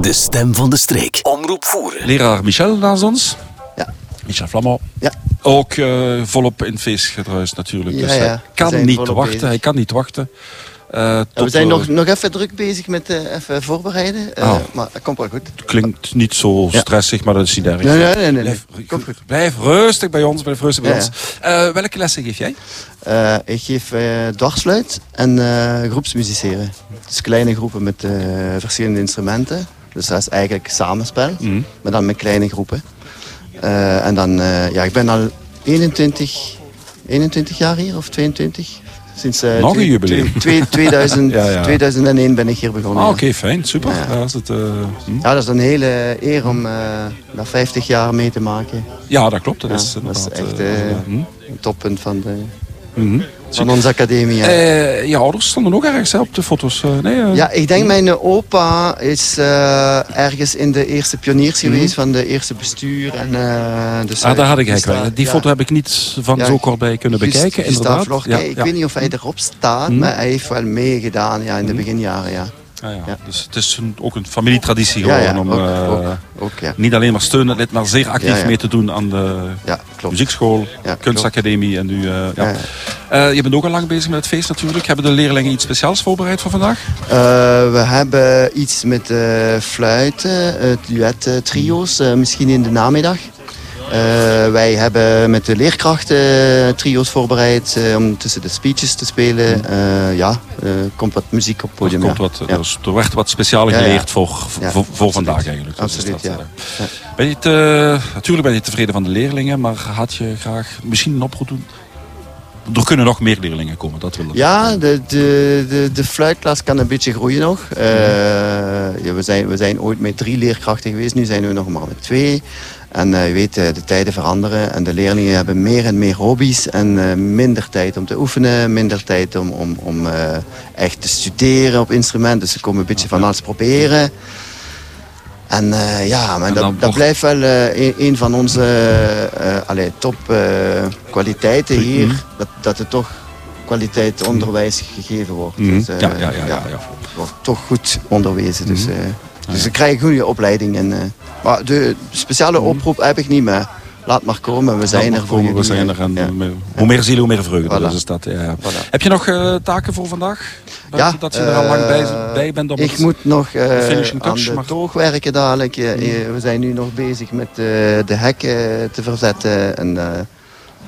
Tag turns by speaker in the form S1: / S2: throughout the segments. S1: De stem van de streek. Omroep voeren.
S2: Leraar Michel naast ons.
S3: Ja.
S2: Michel Flamand.
S3: Ja.
S2: Ook eh, volop in het feest gedruist natuurlijk.
S3: Ja,
S2: dus
S3: ja.
S2: hij
S3: We
S2: kan
S3: zijn
S2: niet
S3: volop
S2: wachten.
S3: bezig.
S2: Hij kan niet wachten. Eh,
S3: Ja,
S2: tot
S3: we zijn
S2: we-
S3: nog, nog even druk bezig met eh, even voorbereiden. Eh,
S2: Oh.
S3: Maar dat komt wel goed.
S2: klinkt niet zo
S3: Ja.
S2: stressig, maar dat is niet erg.
S3: Nee, nee, nee, nee, nee.
S2: Blijf,
S3: Komt goed.
S2: blijf rustig bij ons, blijf rustig bij
S3: Ja,
S2: ons. Eh, welke lessen geef jij?
S3: Eh, ik geef eh dwarsfluit en eh, groepsmusiceren. Dus kleine groepen met eh, verschillende instrumenten. Dus dat is eigenlijk samenspel,
S2: Mhm.
S3: maar dan met kleine groepen. Eh, en dan, eh, ja, ik ben al 21, 21 jaar hier, of 22. Sinds eh,
S2: Nog een
S3: twee-
S2: jubileum.
S3: twee- 2000,
S2: Ja, ja.
S3: 2001 ben ik hier begonnen.
S2: Ah,
S3: ja.
S2: Oké, fijn, super.
S3: Ja.
S2: Ja, is het, eh, hm?
S3: Ja, dat is een hele eer om eh daar 50 jaar mee te maken.
S2: ja, dat klopt. Dat
S3: Ja,
S2: is
S3: dat is
S2: inderdaad,
S3: echt,
S2: eh,
S3: eh,
S2: hm?
S3: Een toppunt van, de,
S2: Mhm.
S3: van onze academie. Ja.
S2: Eh, je ouders stonden ook ergens hè, op de foto's. eh, nee, eh,
S3: Ja, ik denk mijn eh, opa is eh, ergens in de eerste pioniers geweest van de eerste bestuur. En, eh, dus
S2: Mhm. Ah, daar had ik
S3: hij
S2: eigenlijk wel. Die
S3: ja.
S2: foto heb ik niet van
S3: Ja,
S2: zo kort bij kunnen
S3: Gust-
S2: bekijken.
S3: Gustav
S2: Inderdaad.
S3: Vlorke.
S2: Ja,
S3: ik
S2: ja. Mhm.
S3: weet niet of hij erop staat, maar hij heeft wel meegedaan ja, in de beginjaren. Ja,
S2: Ah, ja.
S3: Ja.
S2: Dus het is een- ook een familietraditie
S3: ja,
S2: geworden
S3: ja
S2: om
S3: ook,
S2: eh,
S3: ook, ook, ja.
S2: niet alleen maar steun lid, maar zeer actief
S3: Ja, ja.
S2: mee te doen aan de
S3: ja, klopt.
S2: muziekschool,
S3: klopt.
S2: kunstacademie en nu. eh, ja.
S3: Ja, ja.
S2: Eh, je bent ook al lang bezig met het feest natuurlijk. Hebben de leerlingen iets speciaals voorbereid voor vandaag?
S3: Eh, we hebben iets met eh, fluiten, eh duet, eh, trio's, eh, misschien in de namiddag. Eh, wij hebben met de leerkrachten eh, trio's voorbereid eh, om tussen de speeches te spelen. Eh, ja, eh, komt wat muziek op
S2: Er,
S3: het podium.
S2: komt
S3: ja.
S2: wat,
S3: Ja.
S2: dus er werd wat speciaal
S3: Ja, ja.
S2: geleerd voor, voor,
S3: Ja,
S2: voor
S3: absoluut.
S2: vandaag eigenlijk. Dus
S3: Absoluut,
S2: is dat,
S3: ja.
S2: eh, Ben je te- natuurlijk ben je tevreden van de leerlingen, maar had je graag misschien een oproep doen? Er kunnen nog meer leerlingen komen, dat willen we.
S3: Ja, de, de, de, de fluitklas kan een beetje groeien nog. Eh, ja, we, zijn, we zijn ooit met drie leerkrachten geweest, nu zijn we nog maar met twee. En eh, je weet, eh, de tijden veranderen en de leerlingen hebben meer en meer hobby's. En eh, minder tijd om te oefenen, minder tijd om, om, om eh, echt te studeren op instrumenten. Dus ze komen een beetje van alles proberen. En eh, ja, maar
S2: En
S3: dat,
S2: dan
S3: dat
S2: nog-
S3: blijft wel eh, een, een van onze eh, topkwaliteiten
S2: Mhm.
S3: hier. Dat, dat er toch kwaliteit onderwijs gegeven wordt.
S2: Mhm.
S3: Dus, eh,
S2: Ja, ja, ja, ja, Mhm. ja.
S3: het Wordt toch goed onderwezen. Dus, eh, dus ze krijgen goede opleiding. En, eh, maar de speciale oproep heb ik niet, maar laat maar komen. We zijn er voor
S2: Mhm. komen, we
S3: jullie,
S2: zijn
S3: eh.
S2: er. En,
S3: Ja.
S2: eh, Hoe meer ziel, hoe meer vreugde.
S3: Voilà.
S2: Dus is dat, ja.
S3: Voilà.
S2: Heb je nog eh, taken voor vandaag? Dat,
S3: Ja,
S2: je- dat je er al lang bij,
S3: eh,
S2: bij bent. Om
S3: Ik
S2: het-
S3: moet nog eh,
S2: finishing touch,
S3: aan de
S2: maar-
S3: toog werken dadelijk. Eh,
S2: Mm.
S3: eh, We zijn nu nog bezig met eh, de hekken eh, te verzetten. En eh,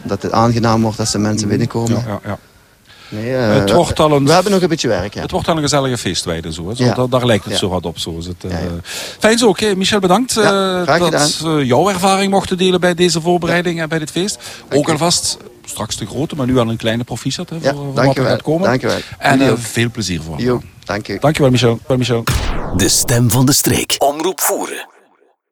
S3: dat het aangenaam wordt als de mensen binnenkomen.
S2: Mm. Ja, ja, ja.
S3: Nee, eh,
S2: Het wordt al een-
S3: We hebben nog een beetje werk, ja.
S2: Het wordt dan een gezellige feestweide. Zo, hè. Zo,
S3: Ja.
S2: daar, daar lijkt het
S3: Ja.
S2: zo wat op. Zo. Is het, eh,
S3: Ja, ja.
S2: Fijn zo, oké. Michel, bedankt eh,
S3: graag
S2: dat we jouw ervaring mochten delen bij deze voorbereiding en bij dit feest. Ook alvast straks de grote, maar nu al een kleine proficiat hè, voor,
S3: Ja,
S2: voor wat er
S3: dankjewel,
S2: gaat komen.
S3: dankjewel.
S2: En
S3: Jullie
S2: eh,
S3: ook.
S2: veel plezier voor.
S3: Jo, dank u.
S2: Dankjewel, Michel. Wel, Michel.
S1: De stem van de streek. Omroep voeren.